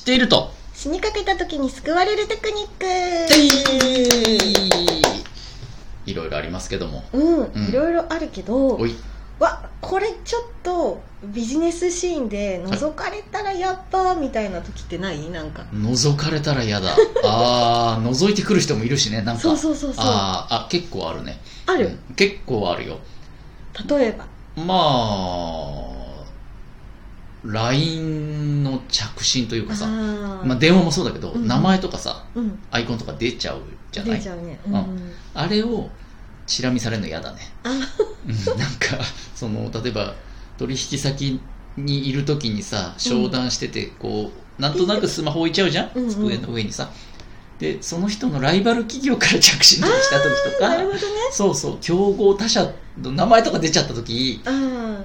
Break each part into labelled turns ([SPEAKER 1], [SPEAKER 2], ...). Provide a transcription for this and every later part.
[SPEAKER 1] っていると。
[SPEAKER 2] 死にかけた時に救われるテクニ
[SPEAKER 1] てい
[SPEAKER 2] ッ
[SPEAKER 1] いろいろありますけども。
[SPEAKER 2] クうん、
[SPEAKER 1] うん
[SPEAKER 2] いろいろあるけど
[SPEAKER 1] おい。
[SPEAKER 2] わこれちょっとビジネスシーンで覗かれたらやっぱみたいな時ってないなんか
[SPEAKER 1] 覗かれたら嫌 だ。あー、覗いてくる人もいるしね、なんか。
[SPEAKER 2] そうそうそうそうあ
[SPEAKER 1] あーあ、結構あるね。う
[SPEAKER 2] る
[SPEAKER 1] ん結構あるよ。
[SPEAKER 2] 例えば
[SPEAKER 1] まあ、LINE の着信というかさ、
[SPEAKER 2] あー
[SPEAKER 1] まあ、電話もそうだけど、
[SPEAKER 2] うん
[SPEAKER 1] 名前とかさ、
[SPEAKER 2] うん
[SPEAKER 1] アイコンとか出ちゃうじゃな
[SPEAKER 2] 出
[SPEAKER 1] い
[SPEAKER 2] ちゃうね
[SPEAKER 1] う
[SPEAKER 2] うんん、
[SPEAKER 1] あれをチラ見されるの嫌だね。
[SPEAKER 2] あ
[SPEAKER 1] うんなんか、その、例えば、取引先にいるときにさ、商談してて、こう、なんとなくスマホ置いちゃうじゃん、
[SPEAKER 2] うんうん
[SPEAKER 1] 机の上にさ。で、その人のライバル企業から着信とかしたときと
[SPEAKER 2] なるほ
[SPEAKER 1] か、
[SPEAKER 2] どね
[SPEAKER 1] そうそう、競合他社の名前とか出ちゃったとき、
[SPEAKER 2] あー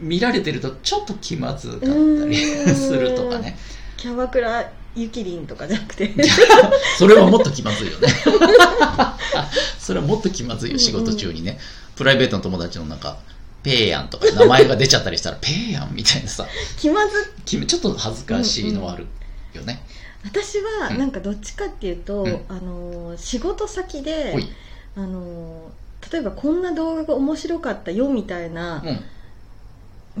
[SPEAKER 1] 見られてるとちょっと気まずかった
[SPEAKER 2] うー
[SPEAKER 1] り
[SPEAKER 2] ん
[SPEAKER 1] するとかね。
[SPEAKER 2] キャバクラゆきりんとかじゃな くて
[SPEAKER 1] それはもっと気まずいよね。 それはもっと気まずいよ、仕事中にね。プライベートの友達のなんか、ペーヤンとか名前が出ちゃったりしたら、ペーヤンみたいなさ、
[SPEAKER 2] 気まず
[SPEAKER 1] きちょっと恥ずかしいのはあるよね。
[SPEAKER 2] 私は
[SPEAKER 1] うん
[SPEAKER 2] なんかどっちかっていうと、
[SPEAKER 1] うん
[SPEAKER 2] あのー仕事先
[SPEAKER 1] ほ
[SPEAKER 2] で
[SPEAKER 1] い。
[SPEAKER 2] あのー例えばこんな動画が面白かったよみたいな、
[SPEAKER 1] うん。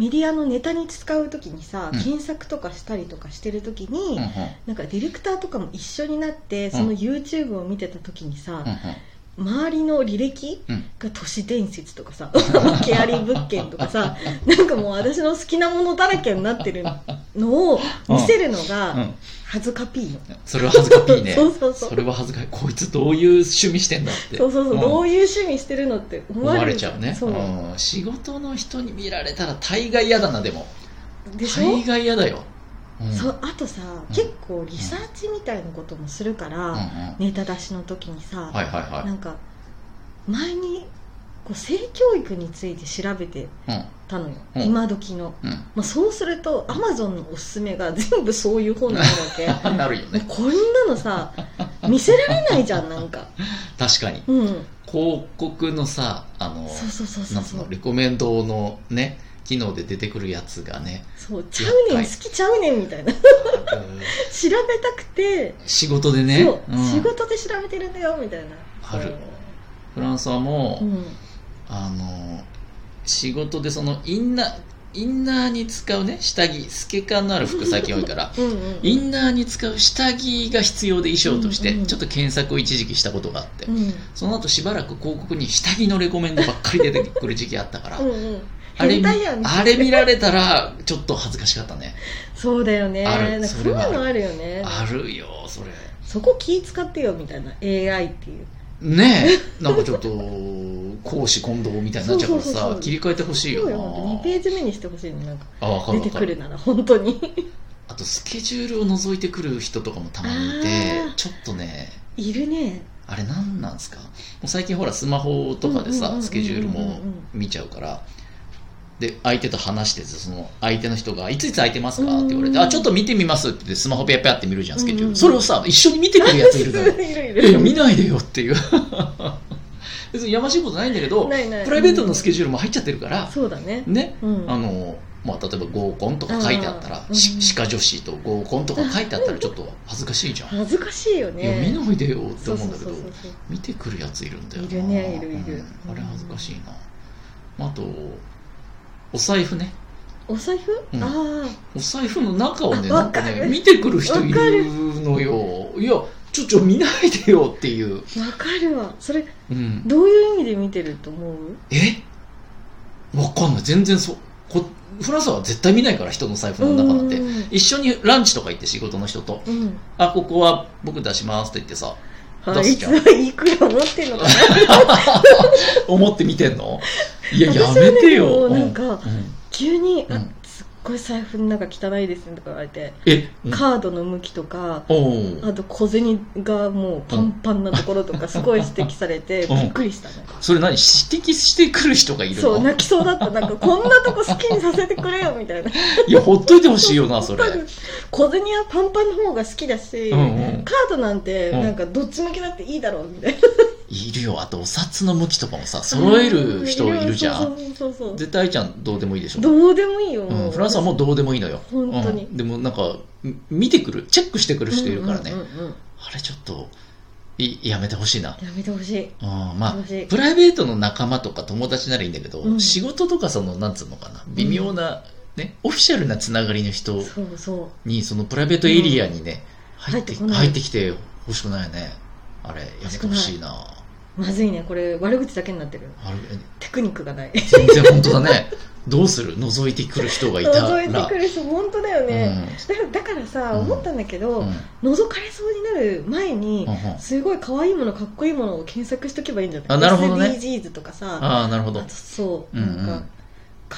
[SPEAKER 2] メディアのネタに使う時にさ、
[SPEAKER 1] うん
[SPEAKER 2] 検索とかしたりとかしてる時に、
[SPEAKER 1] うんうん。うん
[SPEAKER 2] なんかディレクターとかも一緒になってその YouTube を見てた時にさ、周りの履歴
[SPEAKER 1] うん
[SPEAKER 2] が都市伝説とかさ、 ケアリー物件とかさなんかもう私の好きなものだらけになってるのを見せるの
[SPEAKER 1] うん。う
[SPEAKER 2] が
[SPEAKER 1] ん。
[SPEAKER 2] 恥ずかピーよ、
[SPEAKER 1] それは恥ずかしいね。
[SPEAKER 2] そうそうそう
[SPEAKER 1] それは恥ずかしい。こいつどういう趣味してんだって。
[SPEAKER 2] そうそうそう、
[SPEAKER 1] ん
[SPEAKER 2] どういう趣味してるのって思
[SPEAKER 1] 思
[SPEAKER 2] われ
[SPEAKER 1] わ
[SPEAKER 2] る
[SPEAKER 1] れちゃうね。
[SPEAKER 2] そう、
[SPEAKER 1] うん仕事の人に見られたら大概嫌だな、でも。
[SPEAKER 2] でしょ、
[SPEAKER 1] 大概嫌だよ。うん
[SPEAKER 2] そうあとさ、
[SPEAKER 1] ん
[SPEAKER 2] 結構リサーチみたいなこともするから、
[SPEAKER 1] うんうん
[SPEAKER 2] ネタ出しの時にさ、
[SPEAKER 1] はいはいはい。
[SPEAKER 2] なんか前にこう性教育について調べて
[SPEAKER 1] う
[SPEAKER 2] たのよ、
[SPEAKER 1] うん
[SPEAKER 2] 今時の、
[SPEAKER 1] ん
[SPEAKER 2] まあ、そうするとアマゾンのおすすめが全部そういう本なわけも
[SPEAKER 1] うん、なるよ
[SPEAKER 2] う
[SPEAKER 1] ね
[SPEAKER 2] こんなのさ見せられないじゃんなんか
[SPEAKER 1] 確かに
[SPEAKER 2] うん
[SPEAKER 1] 広告のさあの
[SPEAKER 2] そうそうそうそ
[SPEAKER 1] な
[SPEAKER 2] うん
[SPEAKER 1] つう
[SPEAKER 2] そ
[SPEAKER 1] の
[SPEAKER 2] う
[SPEAKER 1] レコメンドのね機能で出てくるやつがね
[SPEAKER 2] そうちゃうねん好きちゃうねんみたいな 調
[SPEAKER 1] うん
[SPEAKER 2] べたくて、
[SPEAKER 1] 仕事でね
[SPEAKER 2] そう、
[SPEAKER 1] ん
[SPEAKER 2] 仕事で調べてるんだよみたいな
[SPEAKER 1] あるフランスはもう、
[SPEAKER 2] うん
[SPEAKER 1] あの仕事でそのインナーインナーに使うね下着透け感のある服最近多いから
[SPEAKER 2] うんうん
[SPEAKER 1] インナーに使う下着が必要で衣装として、
[SPEAKER 2] うんうん
[SPEAKER 1] ちょっと検索を一時期したことがあって、
[SPEAKER 2] うん
[SPEAKER 1] その後しばらく広告に下着のレコメンドばっかり出てくる時期あったから、
[SPEAKER 2] うんうん
[SPEAKER 1] あれ
[SPEAKER 2] 変態やん
[SPEAKER 1] あれ見られたらちょっと恥ずかしかったね
[SPEAKER 2] そうだよね
[SPEAKER 1] ある
[SPEAKER 2] なんか
[SPEAKER 1] そ
[SPEAKER 2] そう
[SPEAKER 1] れ
[SPEAKER 2] いう
[SPEAKER 1] はある
[SPEAKER 2] のあるよね
[SPEAKER 1] あるよそれ
[SPEAKER 2] そこ気使ってよみたいな AI っていう
[SPEAKER 1] ねえなんかちょっと講師混同みたいになっちゃうから
[SPEAKER 2] そうそうそ
[SPEAKER 1] さ
[SPEAKER 2] うそう
[SPEAKER 1] 切り替えてほしい
[SPEAKER 2] そ
[SPEAKER 1] よ
[SPEAKER 2] う
[SPEAKER 1] な
[SPEAKER 2] よ本当2ページ目にしてほしいのなんか
[SPEAKER 1] あ分かる
[SPEAKER 2] 出
[SPEAKER 1] 分
[SPEAKER 2] て
[SPEAKER 1] か
[SPEAKER 2] く
[SPEAKER 1] る
[SPEAKER 2] るなら本当に
[SPEAKER 1] あとスケジュールを覗いてくる人とかもたまにいて
[SPEAKER 2] あー
[SPEAKER 1] ちょっとね
[SPEAKER 2] いるね
[SPEAKER 1] あれ何なんですかもう最近ほらスマホとかで
[SPEAKER 2] うんうんうんうんうんう
[SPEAKER 1] さ
[SPEAKER 2] ん
[SPEAKER 1] スケジュールも見ちゃうからで相手と話しててその相手の人が「いついつ空いてますか?」って言われて「
[SPEAKER 2] うん
[SPEAKER 1] あちょっと見てみます」って言ってスマホペアペアって見るじゃんスケジュール、
[SPEAKER 2] うんうん
[SPEAKER 1] それをさ一緒に見てくるやついるだろ
[SPEAKER 2] いるい
[SPEAKER 1] い やいや、
[SPEAKER 2] る
[SPEAKER 1] 見ないでよっていう。 別にやましいことないんだけど、
[SPEAKER 2] ないない
[SPEAKER 1] プライベートのスケジュールも入っちゃってるから、
[SPEAKER 2] そうだね
[SPEAKER 1] ね、
[SPEAKER 2] うん
[SPEAKER 1] あの、まあ、例えば合コンとか書いてあったら
[SPEAKER 2] あ、ーうん
[SPEAKER 1] し歯科女子と合コンとか書いてあったらちょっと恥ずかしいじゃん。
[SPEAKER 2] 恥ずかしい
[SPEAKER 1] いや、
[SPEAKER 2] よ
[SPEAKER 1] 見
[SPEAKER 2] ね
[SPEAKER 1] ないでよって
[SPEAKER 2] そう
[SPEAKER 1] 思うん
[SPEAKER 2] そ
[SPEAKER 1] だけ
[SPEAKER 2] うそ
[SPEAKER 1] ど
[SPEAKER 2] う、そう
[SPEAKER 1] 見てくるやついるんだよな。
[SPEAKER 2] いるねいるいる
[SPEAKER 1] うんあれ恥ずかしいな。まああと、お財布ね。
[SPEAKER 2] お財布
[SPEAKER 1] うん
[SPEAKER 2] あ
[SPEAKER 1] お財布の中をね、
[SPEAKER 2] あ
[SPEAKER 1] なん
[SPEAKER 2] わ
[SPEAKER 1] か
[SPEAKER 2] かる
[SPEAKER 1] ね、見てくる人いるのよ。いや、ちょ、ちょ、見ないでよっていう。
[SPEAKER 2] あわかるわそれ
[SPEAKER 1] うん。
[SPEAKER 2] どういう意味で見てると思う
[SPEAKER 1] えわかんない全然そうこフランスは絶対見ないから人の財布の中なんて
[SPEAKER 2] うん
[SPEAKER 1] 一緒にランチとか行って仕事の人と
[SPEAKER 2] うん
[SPEAKER 1] 「あここは僕出します」って言ってさ
[SPEAKER 2] あ
[SPEAKER 1] 出
[SPEAKER 2] い
[SPEAKER 1] しち
[SPEAKER 2] つ
[SPEAKER 1] ゃう
[SPEAKER 2] はいくら持ってんのかな
[SPEAKER 1] 思って見てん のいや
[SPEAKER 2] 私
[SPEAKER 1] や
[SPEAKER 2] は
[SPEAKER 1] めて
[SPEAKER 2] ねも
[SPEAKER 1] よ、
[SPEAKER 2] うなん
[SPEAKER 1] う
[SPEAKER 2] か
[SPEAKER 1] うん
[SPEAKER 2] 急に、
[SPEAKER 1] う
[SPEAKER 2] あ
[SPEAKER 1] ん
[SPEAKER 2] すっごい財布の中汚いですねとか言われて、
[SPEAKER 1] え
[SPEAKER 2] カードの向きとか
[SPEAKER 1] おお
[SPEAKER 2] あと小銭がもうパンパンなところとかすごい指摘されて
[SPEAKER 1] うん
[SPEAKER 2] びっくりしたね、
[SPEAKER 1] それ何指摘してくる人がいる
[SPEAKER 2] そう
[SPEAKER 1] の
[SPEAKER 2] 泣きそうだったなんかこんなとこ好きにさせてくれよみ たいない
[SPEAKER 1] やほっといてほしいよ なそれ
[SPEAKER 2] 多分小銭はパンパンの方が好きだし、
[SPEAKER 1] うんうん
[SPEAKER 2] カードなんて
[SPEAKER 1] うん
[SPEAKER 2] なんかどっち向きだっていいだろうみたいな、
[SPEAKER 1] いいるよ。あと、お札の向きとかもさ、揃える人いるじゃん。
[SPEAKER 2] そうそうそうそう
[SPEAKER 1] 絶対愛ちゃんどうでもいいでしょ。
[SPEAKER 2] どうでもいいよ、
[SPEAKER 1] うん、フランスはもうどうでもいいのよ。
[SPEAKER 2] 本当に
[SPEAKER 1] うんでもなんか、み見てくる、チェックしてくる人いるからね。
[SPEAKER 2] うんうんうんうん
[SPEAKER 1] あれちょっと、いやめてほしいな。
[SPEAKER 2] やめてほしい
[SPEAKER 1] うん、まあ
[SPEAKER 2] 楽しい、
[SPEAKER 1] プライベートの仲間とか友達ならいいんだけど、
[SPEAKER 2] うん
[SPEAKER 1] 仕事とかその、なんつうのかな、微妙な、ね、オフィシャルなつながりの人
[SPEAKER 2] そうそう
[SPEAKER 1] に、そのプライベートエリアにね、
[SPEAKER 2] うん
[SPEAKER 1] 入って
[SPEAKER 2] 入ってこない
[SPEAKER 1] 入ってきてほしくないよね。あれ、やめてほしいな。
[SPEAKER 2] まずいねこれ悪口だけになってる
[SPEAKER 1] あれ、
[SPEAKER 2] テクニックがない
[SPEAKER 1] 全然本当だ ね。どうする覗いてくる人がいたら。
[SPEAKER 2] 覗いてくる人本当だよね、だからだからさ
[SPEAKER 1] うん
[SPEAKER 2] 思ったんだけど、
[SPEAKER 1] うんうん
[SPEAKER 2] 覗かれそうになる前に、
[SPEAKER 1] うんうん
[SPEAKER 2] すごい可愛いものかっこいいものを検索しとけばいいんじゃない
[SPEAKER 1] あなるほどね
[SPEAKER 2] SDGs とかさあ
[SPEAKER 1] ああ、なるほど
[SPEAKER 2] と。そう、
[SPEAKER 1] うんうん
[SPEAKER 2] なんか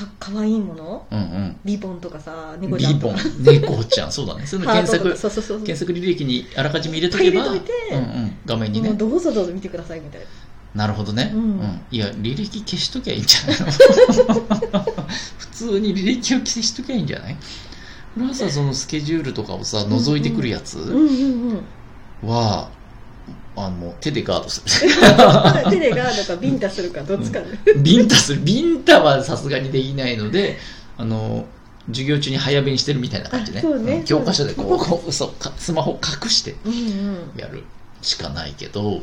[SPEAKER 2] か可愛いもの
[SPEAKER 1] うんうん。
[SPEAKER 2] リボンとかさ
[SPEAKER 1] リ
[SPEAKER 2] 猫ちゃんと
[SPEAKER 1] ボン
[SPEAKER 2] か、
[SPEAKER 1] 猫ちゃん、そうだね。そういうの
[SPEAKER 2] ハー
[SPEAKER 1] 検
[SPEAKER 2] ト
[SPEAKER 1] 索
[SPEAKER 2] とか、そうそうそうそう
[SPEAKER 1] 検索履歴にあらかじめ入れとけば、
[SPEAKER 2] いっぱい入れといて
[SPEAKER 1] うんうん、画面に
[SPEAKER 2] もう
[SPEAKER 1] ね。
[SPEAKER 2] どうぞどうぞ見てくださいみたいな
[SPEAKER 1] なるほどね。
[SPEAKER 2] うん
[SPEAKER 1] いや、履歴消しときゃいいんじゃないの 普通に履歴を消しときゃいいんじゃないフランスはそのスケジュールとかをさ、覗いてくるや
[SPEAKER 2] う
[SPEAKER 1] つ
[SPEAKER 2] んうんうん
[SPEAKER 1] は、あの、手でガードする。
[SPEAKER 2] テレガードかビンタするかどっちかで、
[SPEAKER 1] ビンタする。ビンタはさすがにできないので、あの、授業中に早弁してるみたいな感じね。
[SPEAKER 2] あそうね
[SPEAKER 1] ん教科書でこう、こう、そう、かスマホを隠して
[SPEAKER 2] うんうん
[SPEAKER 1] やるしかないけど、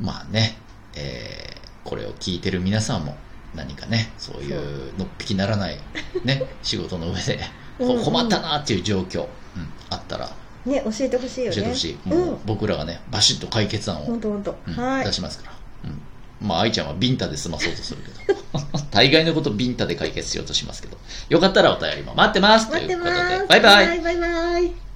[SPEAKER 1] まあね、えーこれを聞いてる皆さんも何かね、そういうのっぴきならない、ね、 仕事の上で、こ
[SPEAKER 2] うんう
[SPEAKER 1] うん困ったなっていう状況、うんあったら
[SPEAKER 2] ね教えてほしいよ
[SPEAKER 1] 教え
[SPEAKER 2] ね
[SPEAKER 1] てほしい。
[SPEAKER 2] う
[SPEAKER 1] も
[SPEAKER 2] ん
[SPEAKER 1] う僕らがね、バシッと解決案を、
[SPEAKER 2] ほんとほんと、
[SPEAKER 1] うん
[SPEAKER 2] はー
[SPEAKER 1] 出
[SPEAKER 2] い
[SPEAKER 1] しますから。うんまあ、愛ちゃんはビンタで済まそうとするけど、 大概のことビンタで解決しようとしますけど、よかったらお便りも待ってますと
[SPEAKER 2] 待っ
[SPEAKER 1] い
[SPEAKER 2] て
[SPEAKER 1] う
[SPEAKER 2] ま
[SPEAKER 1] ことで
[SPEAKER 2] ーす、
[SPEAKER 1] バイバイ
[SPEAKER 2] バイバイバイ